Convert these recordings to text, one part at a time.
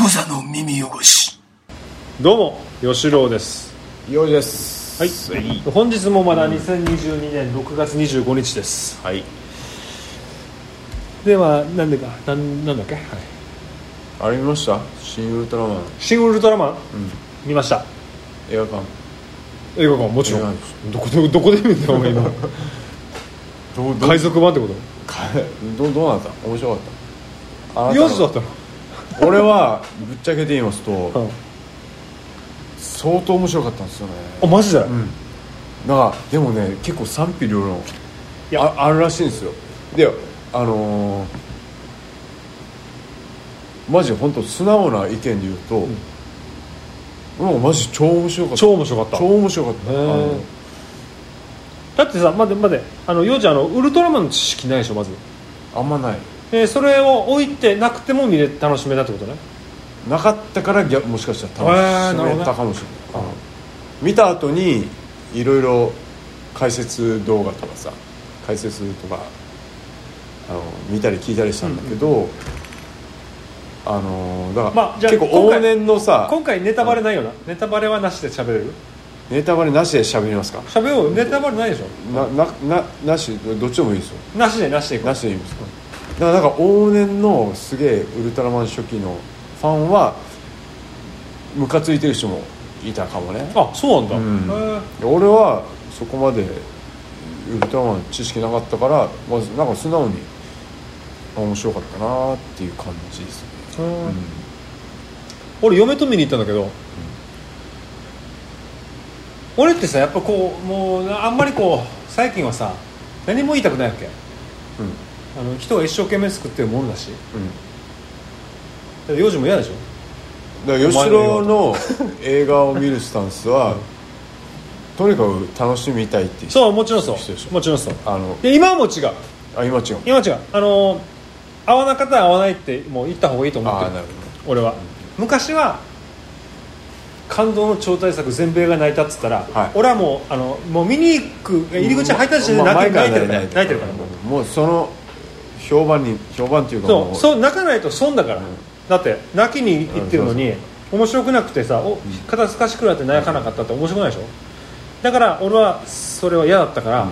無座の耳汚しどうも吉郎ですよいですはい本日もまだ2022年6月25日ですはいではなんでかなんなんだっけ、はい、あれ見ました新ウルトラマンシン・ウルトラマン、見ました映画館映画館もちろ映画んどこ でどこで見るんだお前今どうどう海賊版ってことどうどうなった面白かったあなたの4時だったの俺はぶっちゃけて言いますとうん相当面白かったんですよねあマジで、うんだからでもね結構賛否両論いやああるらしいんですよであのーマジ本当素直な意見で言うと、もうマジ超面白かった超面白かった超面白かったへあーのだってさ待て待てあの4時あのウルトラマンの知識ないでしょまず、あんまないえーそれを置いてなくても見れ楽しめたってことねなかったから逆もしかしたへーらなるほどね楽しめたかもしれない、うん見た後にいろいろ解説動画とかさ解説とかあの見たり聞いたりしたんだけど、あのだから、まあじゃあ結構今回往年のさ今回ネタバレないよなネタバレはなしで喋れるネタバレなしで喋りますか喋ろうネタバレないでしょななななしどっちでもいいですよなしでなしでいこうなしでいいんですかだからなんか往年のすげえウルトラマン初期のファンはムカついてる人もいたかもねあそうなんだ、うんへー俺はそこまでウルトラマンの知識なかったからまずなんか素直にあ面白かったなっていう感じですね、うん俺嫁と見に行ったんだけど、俺ってさやっぱこうもうあんまりこう最近はさ何も言いたくないわけうんあの人が一生懸命作ってるものだしうんだって幼児も嫌でしょだから吉郎の映画を見るスタンスはとにかく楽しみたいっていうそうもちろんそそうでしうょもちろんそうあので今はもう違うあ今違う今は違うあの合わなかったら合わないってもう言った方がいいと思っあてあるなる俺は昔は感動の超大作全米が泣いたっつったら、はい俺はもうあのもう見に行くほど入り口入った時点でまあ泣ける泣いて前らるからね泣いてるからもうもうその評判に評判っていうかそもうそう泣かないと損だから、だって泣きに行ってるのに、面白くなくてさお肩透かしくなって泣かなかったって面白くないでしょだから俺はそれは嫌だったから、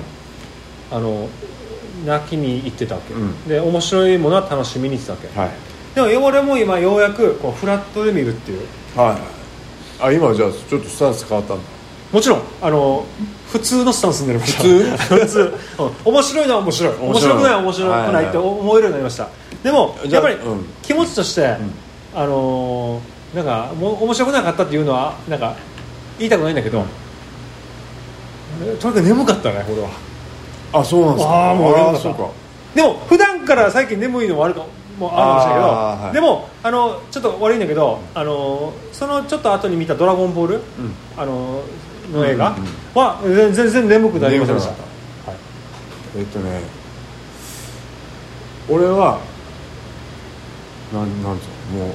あの泣きに行ってたわけ、うんで面白いものは楽しみに行ってたわけ、はいでも俺も今ようやくこうフラットで見るっていうはいあ今じゃあちょっとスタンス変わったんだもちろんあの普通のスタンスになりました通普普通、うん面白いのは面白い面白い白くないは面白くないってはい思えるようになりました、でもじやっゃあぱりうん気持ちとして、あのーなんかもう面白くなかったっていうのはなんか言いたくないんだけど、とにかく眠かったね俺はあそうなんですかあーもうあよかったそうかでも普段から最近眠いのもあるかもああーはるかもしれないいけど、でもあのちょっと悪いんだけどあのそのちょっと後に見た「ドラゴンボール」あのの映画うんうんは全全然眠くなりませんでした眠くなかえっとね俺はなんなんつうのもう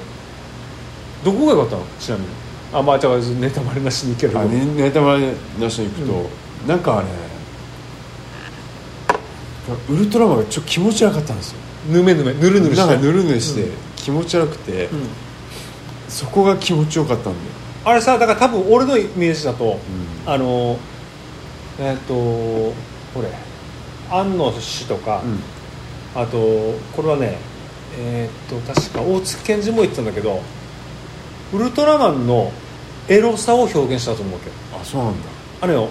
どこが良かったのちなみにあまあじゃあネタバレなしにいけるあねネタバレなしに行くと、なんかねウルトラマンがちょっと気持ち悪かったんですよぬめぬめぬるぬるしなんてかぬるぬるして、う気持ち悪くて、うんそこが気持ちよかったんだよあれさだから多分俺のイメージだと、あのえっ、とこれ庵野氏とか、うんあとこれはねえーっと確か大月健二も言ってたんだけどウルトラマンのエロさを表現したと思うわけどあそうなんだあれよ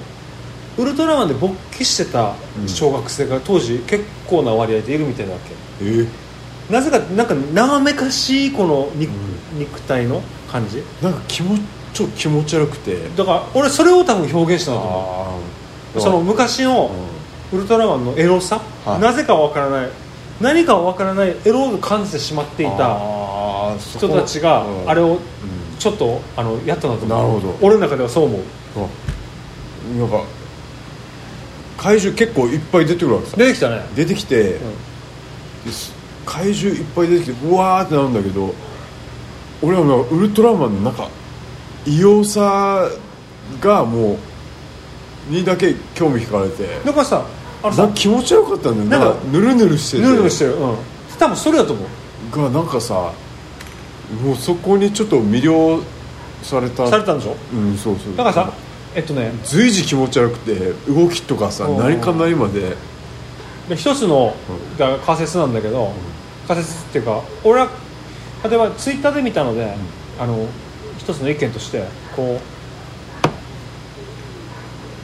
ウルトラマンで勃起してた小学生が当時結構な割合でいるみたいなわけえーなぜかなんか生めかしいこの肉,、肉体の感じなんか気持ちちょっと気持ち悪くてだから俺それを多分表現したんだと思あうその昔のウルトラマンのエロさ、はいなぜかわからない何かわからないエロを感じてしまっていたた人たちがあれをちょっとあのやったなと思うなるほど俺の中ではそう思ううんなんか怪獣結構いっぱい出てくるわけさ出てきたね出てきて、です怪獣いっぱい出てきてうわーってなるんだけど俺はなんかウルトラマンの中異様さがもうにだけ興味惹かれてだからさあのなんさか気持ちよかったんだよなんかなんかぬるぬるしてヌルヌルしてるうん多分それだと思うがなんかさもうそこにちょっと魅了されたされたんでしょうんそうそうだからさえっとね随時気持ち悪くて動きとかさうん何か何までで一つのが仮説なんだけど、仮説っていうか俺は例えばツイッターで見たので、あの一つの意見としてこ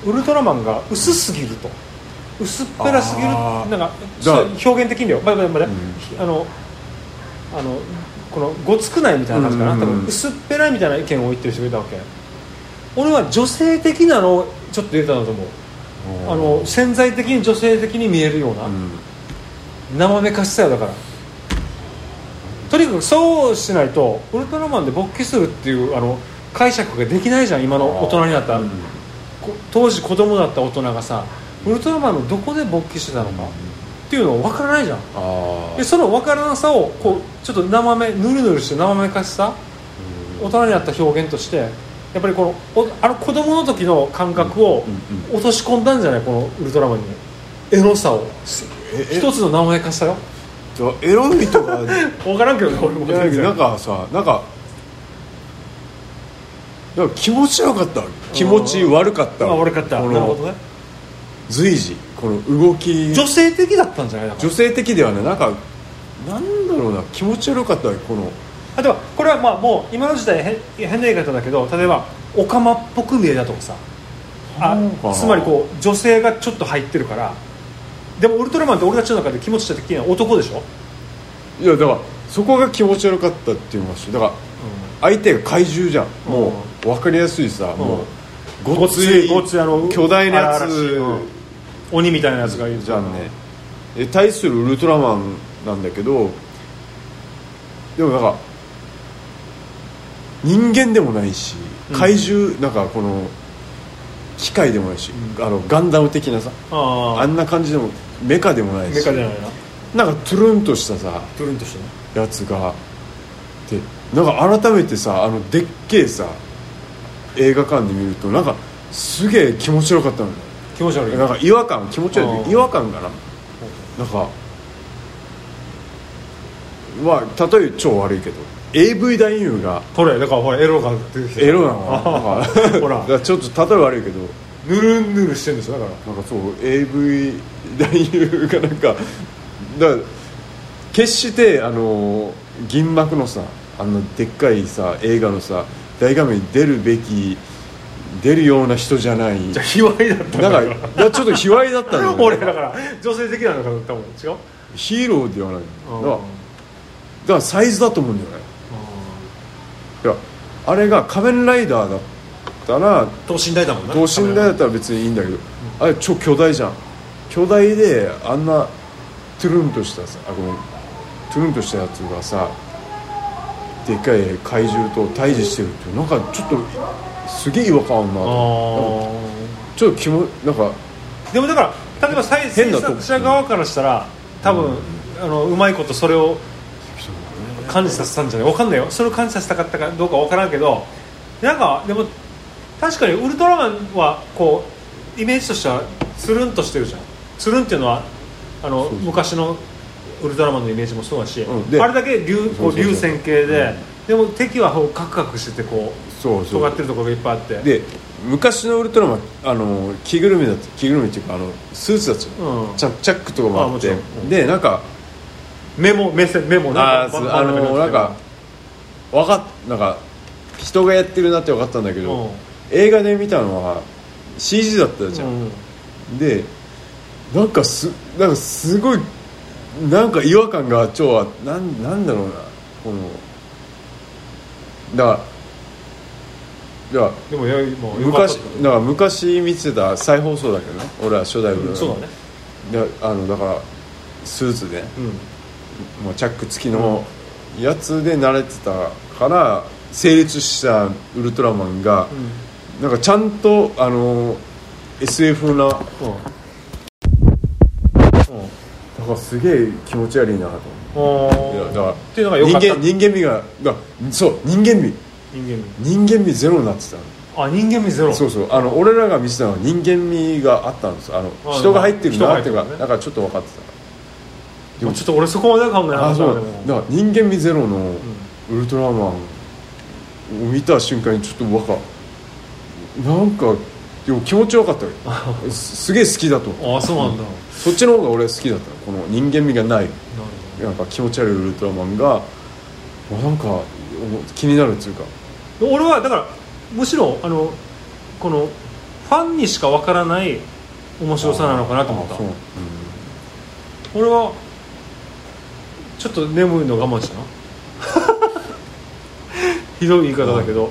うウルトラマンが薄すぎると薄っぺらすぎるあなんーかちょっと表現的にだよ、まあまあまあんあのあのこのごつくないみたいな感じかな、うんうんうん多分薄っぺらいみたいな意見を言ってる人がいたわけ俺は女性的なのをちょっと入れたんだと思うあの潜在的に女性的に見えるような、うん生めかしさよだからとにかくそうしないとウルトラマンで勃起するっていうあの解釈ができないじゃん今の大人になった、うんこ当時子供だった大人がさウルトラマンのどこで勃起してたのかっていうの分からないじゃんあでその分からなさをこうちょっと生めぬるぬるして生めかしさ大人になった表現としてやっぱりこのおあの子供の時の感覚をうん落とし込んだんじゃないこのウルトラマンにエロさをえ一つの生めかしさよエロい とか分からんけどね俺もいや全然なんかさなんかなんか気持ちよかった気持ち悪かったまあ悪かったこなるほどのね随時この動き女性的だったんじゃないだから女性的ではねなんかなんだろうな気持ち悪かったこのあとはこれはまあもう今の時代変変な言い方だけど例えばオカマっぽく見えたとかさあそうかなつまりこう女性がちょっと入ってるからでもウルトラマンって俺たちの中で気持ち的には男でしょ、いやだからそこが気持ち悪かったっていうのがしだから相手が怪獣じゃんもう分かりやすいさもうごついごついあの巨大なや荒々しいつうん鬼みたいなやつがいるじゃんねえ対するウルトラマンなんだけどでもなんか人間でもないしうん怪獣、なんかこの機械でもないし、あのガンダム的なさあああんな感じでもメカでもないメしカじゃないななんかトゥルンとしたさプルンとしてねやつがでなんか改めてさあのでっけえさ映画館で見るとなんかすげえ気持ちよかったのよ気持ち悪いなんか違和感気持ち悪うんい違和感かななんかまあ例え超悪いけど AV 男優がほれだからほらエロが出てきてエロなのかななんかほら だからちょっと例え悪いけどぬるんぬるしてるんですよだからなんかそう AV 男優がなんかだから決してあの銀幕のさあのでっかいさ映画のさ大画面に出るべき出るような人じゃないじゃあ卑猥だったんなだんかからだからちょっと卑猥だったんだ 俺よだから女性的なのかな多分違うヒーローではないうんだからだからサイズだと思うんじゃないいやあれが仮面ライダーだったら等身大だもん等身大だったら別にいいんだけどあれ超巨大じゃん巨大であんなトゥルンとしたさあごめんトゥルンとしたやつがさでっかい怪獣と対峙してるってなんかちょっとすげえ違和感あるなあとーちょっと気もなんかでもだから例えば再制変なとこ作者側からしたら多分、あのうまいことそれを感じさせたんじゃないわかんないよそれを感じさせたかったかどうかわからんけどなんかでも確かにウルトラマンはこうイメージとしてはつるんとしてるじゃんつるんっていうのはあのそうそう昔のウルトラマンのイメージもそうだし、うんであれだけ流こそうそううそう流線形で、でも敵はこうカクカクしててこそううそう尖ってるところがいっぱいあってで昔のウルトラマンあの着ぐるみだった着ぐるみっていうかあのスーツだったじゃん、うんちゃんチャックとかもああもっちてろんうんでなんか目も目線目もあなんーかそうバあンバンバンバンバのンなんかわかっなんか人がやってるなって分かったんだけど、うん映画で見たのは CG だったじゃ、うんんでなんかすなんかすごいなんか違和感が超あなんなんだろうなこのだからだかでもよいもらうよかっ昔たとだから昔見てた再放送だけどね俺は初代俺はそうだねだあのだからスーツで、うんもうチャック付きのやつで慣れてたから成立したウルトラマンが、なんかちゃんとあの SF ななんかすげえ気持ち悪いなと思うんっていやだからっていうのが良かった人間人間味ががそう人間味人人間味ゼロになってたの間あ人間味ゼロそうそうあの俺らが見てたのは人間味があったんですあのあ人が入ってるなってい人うが入か、ってるねなんかちょっと分かってたでもちょっと俺そこまでは考えなかあったそなうでだもだから人間味ゼロのウルトラマンを見た瞬間にちょっとうわかなんかでも気持ちよかっ たよすすげえ好きだとああそうなんだ、なるそっちの方が俺好きだったのこの人間味がないほなんか気持ち悪いウルトラマンがまあなんか気になるっていうかど俺はだからむしろあのこのファンにしかわからない面白さなのかなと思ったあそう俺はちょっと眠いの我慢 したなひどい言い方だけど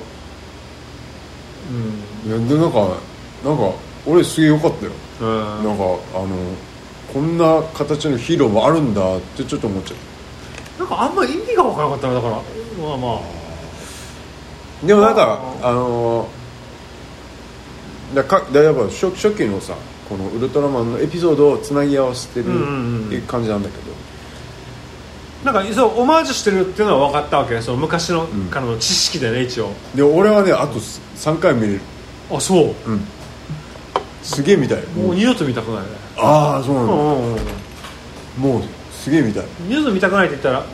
いやでなんかなんか俺すげえ良かったようん、うんなんかあのこんな形のヒーローもあるんだってちょっと思っちゃっなんかあんま意味がわからなかったなだからまあまあたでもなんかああのだかだやっぱ初初期のさこのウルトラマンのエピソードをつなぎ合わせてるうんうんうんっていう感じなんだけど、なんかそうオマージュしてるっていうのは分かったわけねその昔の、んからの知識でね一応で俺はねあと3回見れるあそうすげえ見たいももうう二度と見たくないねああそうなうんんだ、うんうんもうすげえ見たい二度と見たくないって言ったらあの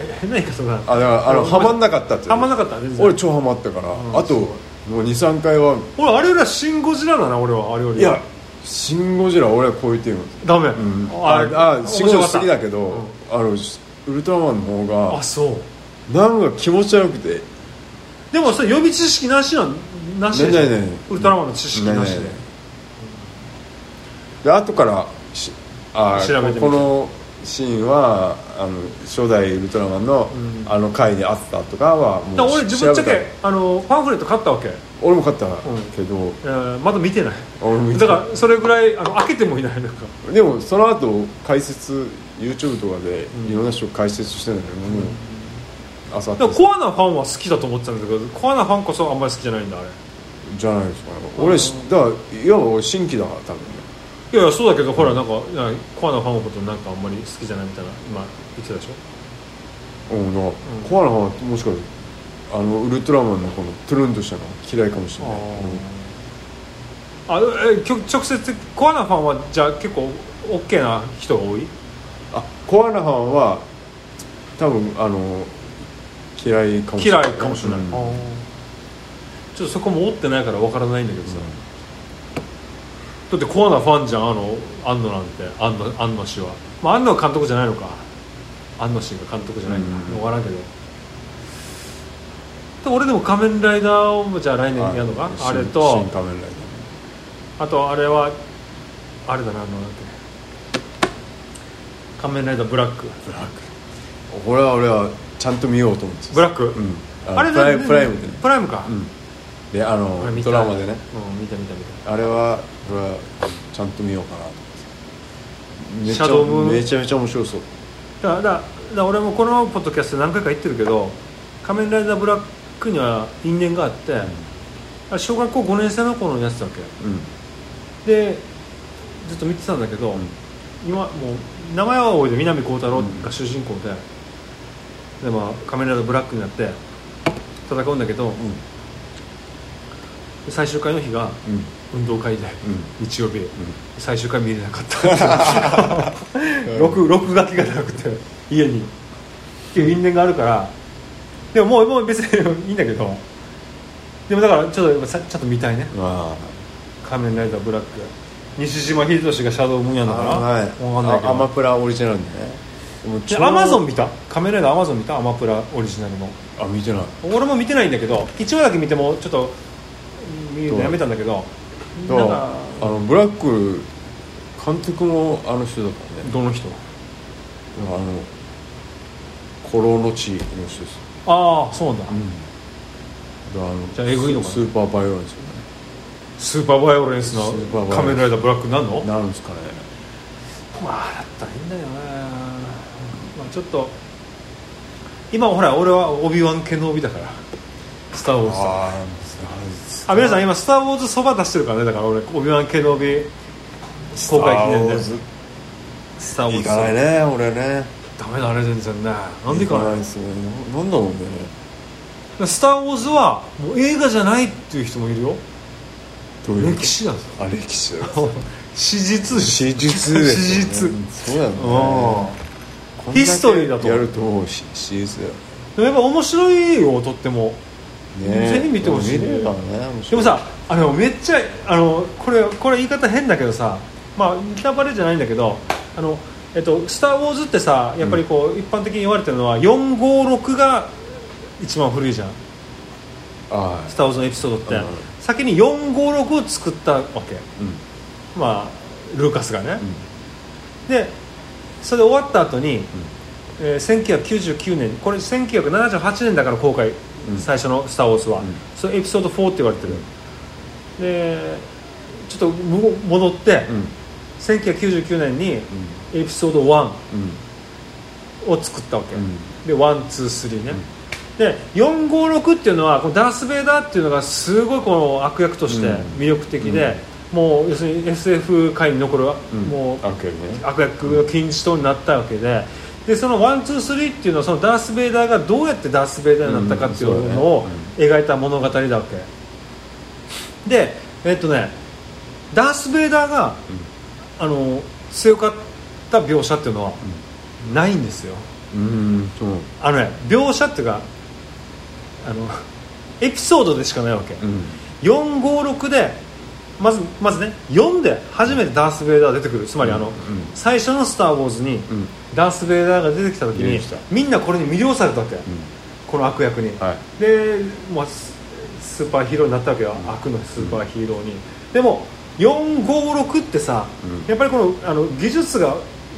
え変な言い方だなあだからあのうんハマんなかったってあんまなかった全然俺超ハマったから、んあともう23回は俺あれよりはシン・ゴジラだな俺はあれよりいや「シン・ゴジラ」俺は超えてるんですダメ、うんあああ仕事好きだけうどん、あのウルトラマンの方あがそうなんか気持ち悪くてでもそれ予備知識なしはなしでしょないないないウルトラマンの知識なしでねで後からしあ調べてみてここのシーンはあの初代ウルトラマンの、うんあの回にあったとかはもうだから俺自分っちゃ調べけあのパンフレット買ったわけ、た俺も買ったけど、えーまだ見てない俺もだからそれぐらいあの開けてもいないなんかでもその後解説 YouTube とかでうんいろんな人解説してんだけど、もうあさっでてもコアなファンは好きだと思ってたんだけどコアなファンこそあんまり好きじゃないんだあれじゃないですかね俺しだからいや俺新規だから多分ねいやいやそうだけどほらなんかなんかコアなファンのことなんかあんまり好きじゃないみたいな今言ってたでしょうんだからコアな方はもしかしてあのウルトラマンのこのトゥルンとしたの嫌いかもしれない、あえきょ直接コアなファンはじゃあ結構 OK な人が多いあコアな方は多分あの嫌いかもしれ嫌ないいかもしれない、うんあーちょっとそこも追ってないからわからないんだけどさ、だってコアなファンじゃんあの安野なんて安野安野氏は、まあ、安野は監督じゃないのか安野氏が監督じゃないのかうん分からんけど、で俺でも「仮面ライダー」をじゃあ来年やるのかあ新れと新仮面ライあとあれはあれだなあのなんだっけ仮面ライダーブラックダーブラック俺は俺はちゃんと見ようと思ってブララック、うんああれれプライねプライムでねプライムか、うんであの俺見たドラマでねうん見た見た見たあれは俺はちゃんと見ようかなとめちシャドウムーゃンめちゃめちゃ面白そうだからだからだから俺もこのポッドキャストで何回か言ってるけど「仮面ライダーブラック」には因縁があって、あれ小学校5年生の頃のやつだっけうんでずっと見てたんだけど、ん今もう名前は覚えて南光太郎が主人公で、でまあ仮面ライダーブラックになって戦うんだけど、最終回の日がうん運動会で、う日曜日、最終回見れなかった 録録画機がなくて家にっていう因縁があるからでももうもう別にいいん だけどでもだからちょっとやっぱさちょっと見たいねまあ「仮面ライダーブラック」西島秀俊がシャドウムーンやんだからはい分かんないけあアマどプラオリジナルでねでもで超アマゾン見た仮面ライダーアマゾン見たアマプラオリジナルのあ見てない俺も見てないんだけど1話だけ見てもちょっと見るのやめたんだけどだなかんらかあのブラック監督もあの人だからねどの人あの「古老の地」の人ですああそうなんだ、だからあのじゃあえぐいのかなスーパーバイオレンスよスーパーバイオレンスのスーパーバイオレンス仮面ライダーブラックになんのねなるんですかねまあだったらいいんだよね、まあ、ちょっと今ほら俺はオビワン・ケノービだからスター・ウォーズさああ皆さん今「スター・ウォーズ」そば出してるからねだから俺オビワン・ケノービ公開記念でススター・ウターウォーォーズズ行かないね俺ねダメだあれ全然ねなんでかなないですねななんだろうねスター・ウォーズはもう映画じゃないっていう人もいるよどういうこと歴史だぞあ歴史だよ 史実史実ですよね史実そうだよねうんこんだけヒストリーだとやると思うし史実だよでもやっぱ面白いよとってもねぜひ見てほしい見れるからね面で白もいさあのめっちゃあのこれこれ言い方変だけどさまあネタバレじゃないんだけどあのえっと「スター・ウォーズ」ってさやっぱりこう、一般的に言われてるのは456が一番古いじゃん「あスター・ウォーズ」のエピソードって、うん先に456を作ったわけーうんまあルーカスがね、でそれで終わった後に、えー1999年これ1978年だから公開、うん最初の「スター・ウォーズは」うんそれエピソード4って言われてる、でちょっとむ戻って、うん1999年にエピソード1うんを作ったわけ、うんで123ね、で456っていうのはこのダース・ベイダーっていうのがすごいこの悪役として魅力的で、もう要するに SF 界に残る、うんもうあけるね悪役の金字塔になったわけででそのワンツースリーっていうのはそのダース・ベイダーがどうやってダース・ベイダーになったかっていうのをうんそう描いた物語だわけでえっとねダース・ベイダーが、あの強かった描写っていうのはないんですようんそうあのね描写っていうかあのエピソードでしかないわけ、うん456でまずまずね4で初めてダース・ベイダーが出てくるつまりあの、うん最初の「スター・ウォーズ」にうんダース・ベイダーが出てきた時出にてきたみんなこれに魅了されたわけ、うこの悪役に、んはいで、まあ、ススーパーヒーローになったわけよ、悪のスーパーヒーローに、でも456ってさ、うんやっぱりこのあの技術が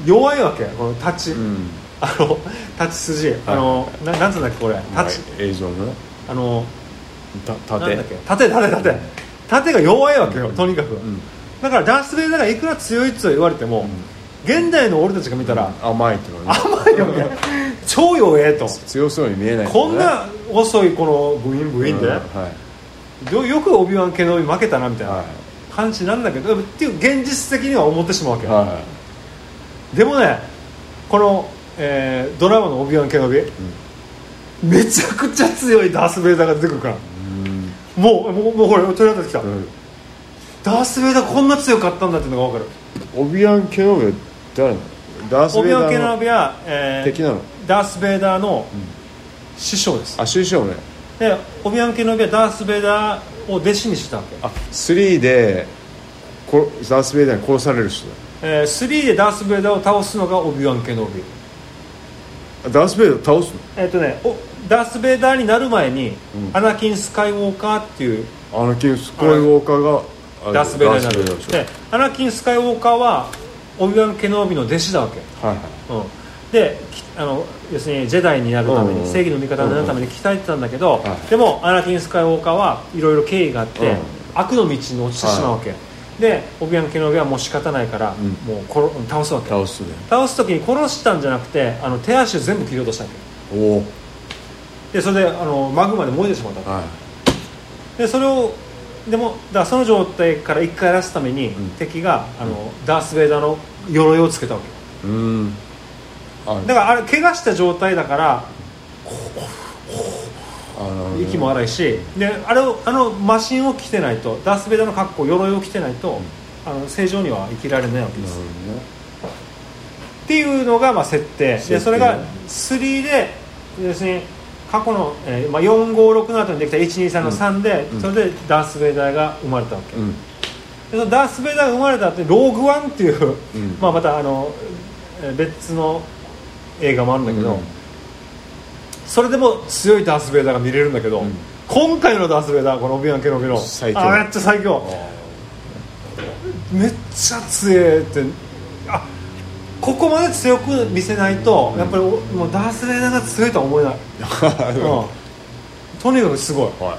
弱いわけこの立ち、うんあの立ち筋、あのななんつうんだっけこれ立ち、映像のねあのなたん縦だっけ縦縦縦縦が弱いわけよ、とにかく、うんだからダース・ベイダーがいくら強いと言われても、現代の俺たちが見たら、甘いっていうのね甘いよね超弱えと強そうに見えないけこどねんな遅いこのブインブインで、うんねはいよよくオビワン・ケノビ負けたなみたいなは感じなんだけどっていう現実的には思ってしまうわけ、いはでもねこの、えードラマのオビワン・ケノビ、めちゃくちゃ強いダース・ベイダーが出てくるからいうんもうもうもうほら取り当たってきた、うんダース・ベイダーこんな強かったんだっていうのが分かるオビアン・ケノベ誰なのダース・オベイビワン・ダケーノのビは、えー敵なのダース・ベイダーの師匠です、あ師匠ねでオビワン・ケノビはダース・ベイダーを弟子にしたわけあ3でこダース・ベイダーに殺される人だえー、3でダース・ベイダーを倒すのがオビワン・ケノビあダース・ベイダー倒すえっ、とねおダース・ベイダーになる前に、うんアナキン・スカイウォーカーっていうのアナキン・スカイウォーカーがあれダース・ベイダーになダるースベイダーででアナキン・スカイウォーカーはオビワン・ケノビの弟子だわけ、しょはいはいうん、できあの要するにジェダイになるために、うん正義の味方になるために鍛えてたんだけど、はいでもアナキン・スカイウォーカーはいろいろ経緯があって、うん悪の道に落ちてしまうわけ、でオビワン・ケノビはもう仕方ないから、んもう殺倒すわけ倒すね倒す時に殺したんじゃなくてあの手足を全部切り落としたわけおおでそれであのマグマで燃えてしまったとはでそれをでもだからその状態から一回やらすために、ん敵があのダース・ベイダーの鎧をつけたわけいうんあだからあれ怪我した状態だからあの息も荒いしであれをあのマシンを着てないとダース・ベイダーの格好鎧を着てないと、あの正常には生きられないわけなでるす、ほっどねていうのがまあ設定設で定それが3で要するに過去の、えーまあ、456の後にできた123の3で、うんそれでダース・ベイダーが生まれたわけ、うんでそのダース・ベイダーが生まれた後にローグ・ワンっていう、うんまあ、またあのえー別の映画もあるんだけど、うんそれでも強いダース・ベイダーが見れるんだけど、ん今回のダース・ベイダーこのオビアン・ケノビの最強あめっちゃ最強めっちゃ強えってあここまで強く見せないと、やっぱりおもうダース・ベイダーが強いとは思えない、うんとにかくすごいそう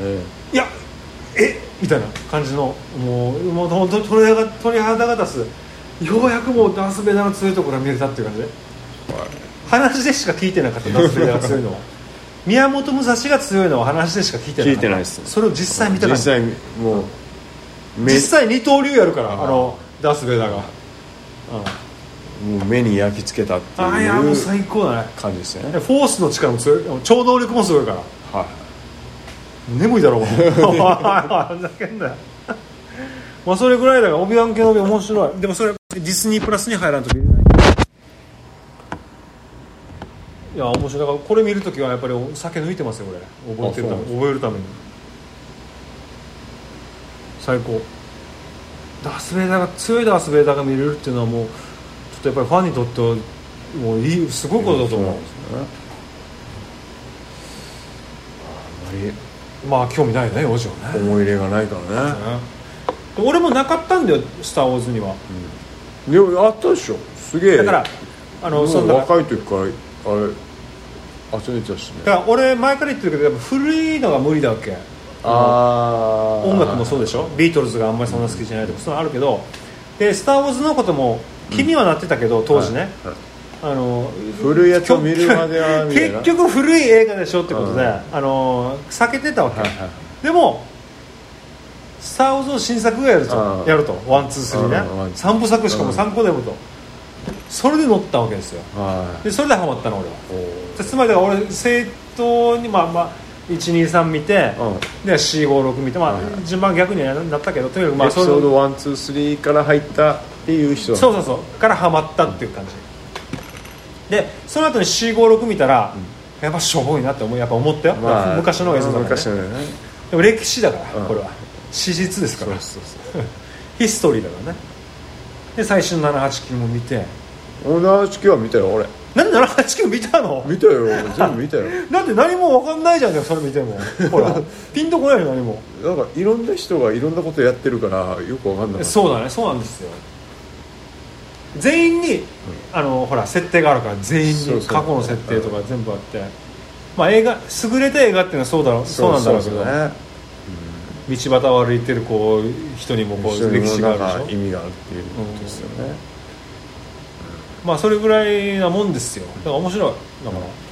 えいやえみたいな感じのもうもう本当に鳥肌が鳥肌が立つようやくもうダース・ベイダーの強いところが見れたっていう感じで話でしか聞いてなかったダース・ベイダーが強いのは宮本武蔵が強いのは話でしか聞いてなかった聞いてないですそれを実際見たーから実際実際もうめ二刀流やるからあーのダース・ベイダーが、うん、もう目に焼き付けたってああいやもういう最高だね感じですよフねォースの力も強い超能力もすごいからは眠いだろ お前おいふざけんなよまあそれぐらいだからオビワン系の帯面白いでもそれディズニープラスに入らんと見れないいや面白いだからこれ見るときはやっぱりお酒抜いてますよ俺覚えてるためあそう覚えるために最高ダース・ベイダーが強いダース・ベイダーが見れるっていうのはもうちょっとやっぱりファンにとってはもういいすごいことだと思う、そうなんですねあんまりまあ興味ないねお嬢ね思い入れがないからねで俺もなかったんだよ「スター・ウォーズ」にはでもあったでしょすげえだからあものそんうなだか若い時からあれ集めてたしねら俺前から言ってるけどやっぱ古いのが無理だわけああ音楽もそうでしょビートルズがあんまりそんな好きじゃないとかそういうのあるけどで「スター・ウォーズ」のことも気にはなってたけど、当時ね、はいあの古いやつを見るまではみたいな結局古い映画でしょってことで、うんあの避けてたわけ、はいはいでも「スター・ウォーズ」の新作がやると、うんやるとワンツースリーね、うんうん三部作しかも参考でもと、それで乗ったわけですよはいでそれでハマったの俺はおでつまりだから俺正当にまあまあ123見て、ーうんで456見て、まあはいはい順番逆にはなったけどとにかくまエあピそれソード123から入ったっていう人そううそうそうからハマったっていう感じでその後に456見たら、やっぱしょぼいなって思うやっぱ思ったよ、昔の映像だから、昔ね、のねでも歴史だから、うんこれは史実ですからそうそうヒストリーだからねで最新の789も見てそう同じは見たよ俺なんで789見たの見たよ全部見たよだって何も分かんないじゃんねそれ見てもほ らピンとこないよ何もなんかいろんな人がいろんなことやってるからよくわかんないそうだねそうなんですよ全員に、あのほら設定があるから全員そうにそう過去の設定とか全部あってまあ映画優れた映画っていうのはそうだろうそうなんだろうけどそうね道端を歩いてるこう人にもこ一緒うに歴史があなるでんかし意ょ味があるっていうことですよねまあそれぐらいなもんですよだから面白いだか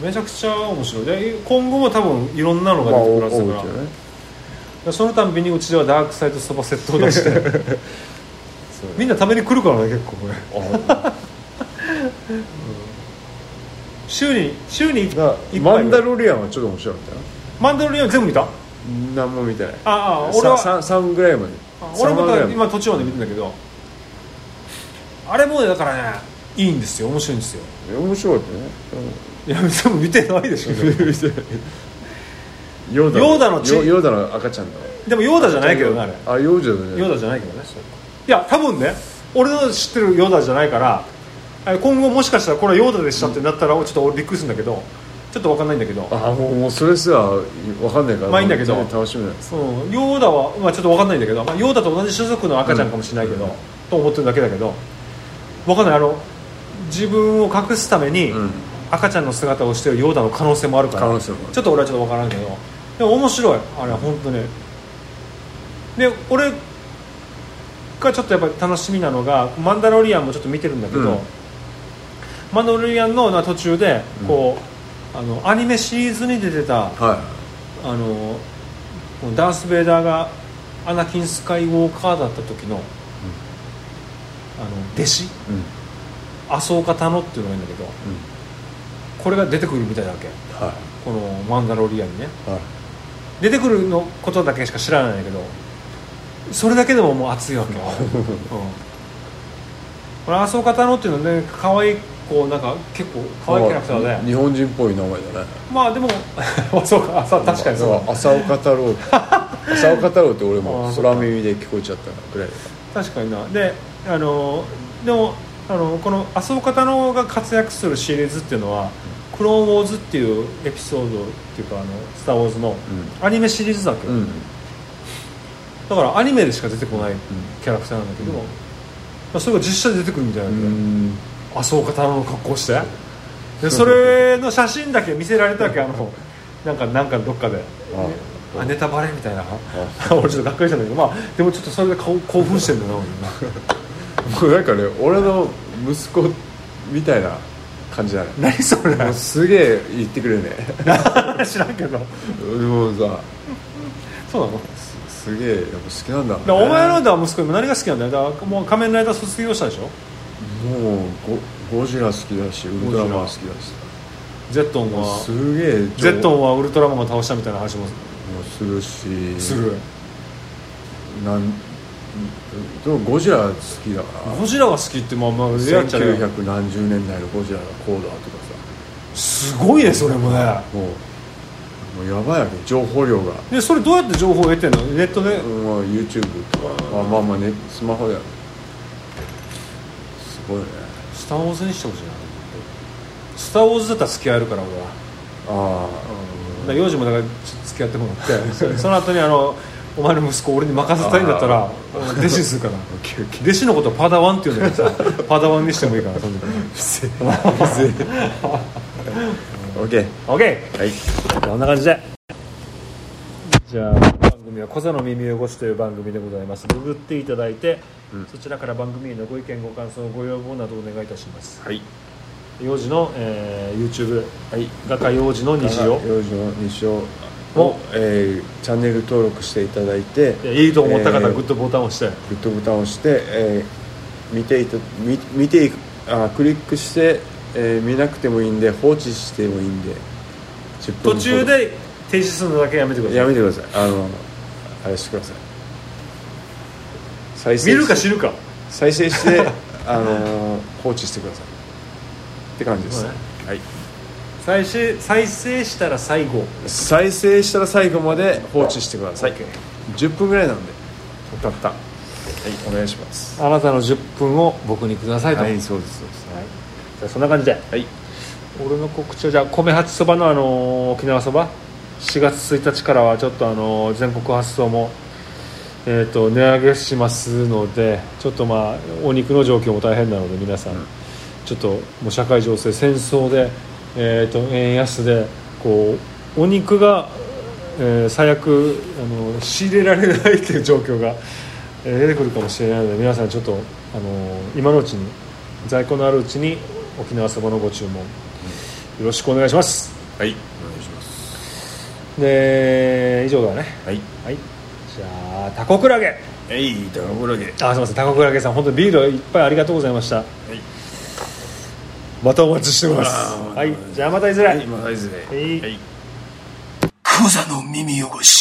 らめちゃくちゃ面白いで今後も多分いろんなのまがあ出て大くるはずだからきいよねそのたんびにうちではダークサイドそばセットを出して そうみんなために来るからね結構これあ週に週にだか1ら回マンダロリアンはちょっと面白かったよマンダロリアン全部見た何も見てないああ俺はさ 3, 3ぐらいまであ俺もだから三話ぐらいま今途中まで見てんだけどあれもねだからねいいんですよ面白いんですよで面白かったねいや多分見てないでしょ ヨーダヨーダの血ヨヨーダの赤ちゃんだわでもヨーダじゃないけどねあれあヨーダだねヨーダじゃないけどねいや多分ね俺の知ってるヨーダじゃないからあれ今後もしかしたらこれはヨーダでしたってなったらちょっと俺びっくりするんだけどちょっと分かんないんだけどあもうもうそれすらわかんないからまあいいんだけど全然楽しみなんですうん、ヨーダは、まあ、ちょっと分かんないんだけど、まあ、ヨーダと同じ種族の赤ちゃんかもしれないけど、うんと思ってるだけだけど分かんないあの自分を隠すためにうん赤ちゃんの姿をしてるヨーダの可能性もあるから可能性もあるちょっと俺はちょっと分からんけどでも面白いあれは本当にで俺がちょっとやっぱり楽しみなのが「マンダロリアン」もちょっと見てるんだけど、うんマンダロリアンのな途中でこう、あのアニメシリーズに出てたはあのこのダース・ベイダーがアナキン・スカイウォーカーだった時の,、あの弟子い、うんアソーカ・タノっていうのがいるんだけどこれが出てくるみたいだわけはこのマンダロリアンにねいはい出てくるのことだけしか知らないんだけどそれだけでももう熱いわけ よ、うん、このアソーカ・タノっていうのはね可愛いこうなんか結構可愛いキャラクターで、日本人っぽい名前だねまあでも そうかそう確かにそうだう浅岡太 郎浅岡太郎って俺あもーそっか空耳で聞こえちゃったぐらいだか確かになであのでもあのこの麻生方のが活躍するシリーズっていうのは「クローンウォーズ」っていうエピソードっていうか「あのスター・ウォーズ」のアニメシリーズだけ、らうんだからアニメでしか出てこないキャラクターなんだけど、まあ、それが実写で出てくるみたいなうだんけど、ん麻生方の格好をしてでそれの写真だけ見せられたわけあのなんかなんかどっかであネタバレみたいな 俺ちょっとがっかりしたんだけど、まあ、でもちょっとそれで顔興奮してるんだな俺なもうなんかね俺の息子みたいな感じだね何それもうすげえ言ってくれるね知らんけどでもさそうなのすげえやっぱ好きなんだねだからお前のだは息子にも何が好きなんだよだからもう仮面ライダー卒業したでしょもうゴゴジラ好きだしウルトラマン好きだしゼットンもうはすげえゼットンはウルトラマンを倒したみたいな話ももうするしするなんでもゴジラ好きだからゴジラが好きってまあまあレアっちゃレア1900何十年代のゴジラのコーダーとかさすごいねそれもねもうもうやばいわけ情報量が、でそれどうやって情報を得てんのネットで、うんまあ、YouTube とかあまあまあねスマホやすごいねスター・ウォーズにしてほしいなスター・ウォーズだったら付き合えるから俺はだあから幼児もだからちょっと付き合ってもらってそ その後にあのお前の息子を俺に任せたいんだったら弟子にするからあキュキュ弟子のことをパダワンって言うんだけどさパダワンにしてもいいからその時不正不正 OK OK はいこんな感じでじゃあ番組は「小座の耳を汚し」という番組でございますググっていただいて、そちらから番組へのご意見ご感想ご要望などお願いいたしますはい幼児の、えー YouTube はい画家幼児の虹を幼児の日常を、えーチャンネル登録していただいていやいいと思った方、えーグッドボタンを押してグッドボタンを押して、えー見ていた見見ていくあクリックして、えー見なくてもいいんで放置してもいいんで10分ほど途中で停止するのだけやめてくだやさめいてくださいあのあれしてください再見生るかし知るか再生して あの放置してくださいって感じです、そうねはい、再生再生したら最後再生したら最後まで放置してください10分ぐらいなんで歌ったはいお願いしますあなたの10分を僕にくださいと、はいそうですそうですじゃあそんな感じではい俺の告知はじゃあ米八そばの、あのー沖縄そば4月1日からはちょっと、あのー全国発送も、えー、と値上げしますのでちょっとまあお肉の状況も大変なので皆さん、ちょっともう社会情勢戦争で、えー、と円安でこうお肉が、えー最悪あの仕入れられないという状況が、えー出てくるかもしれないので皆さんちょっと、あのー今のうちに在庫のあるうちに沖縄そばのご注文よろしくお願いしますはいお願いしますで以上だねはいはいじゃあタコクラゲえいダブルゲあすみませんタコクラゲさん本当にビールいっぱいありがとうございましたまたお待ちしてますあーはいじゃあまたいずれ、今大事ではいクザの耳汚し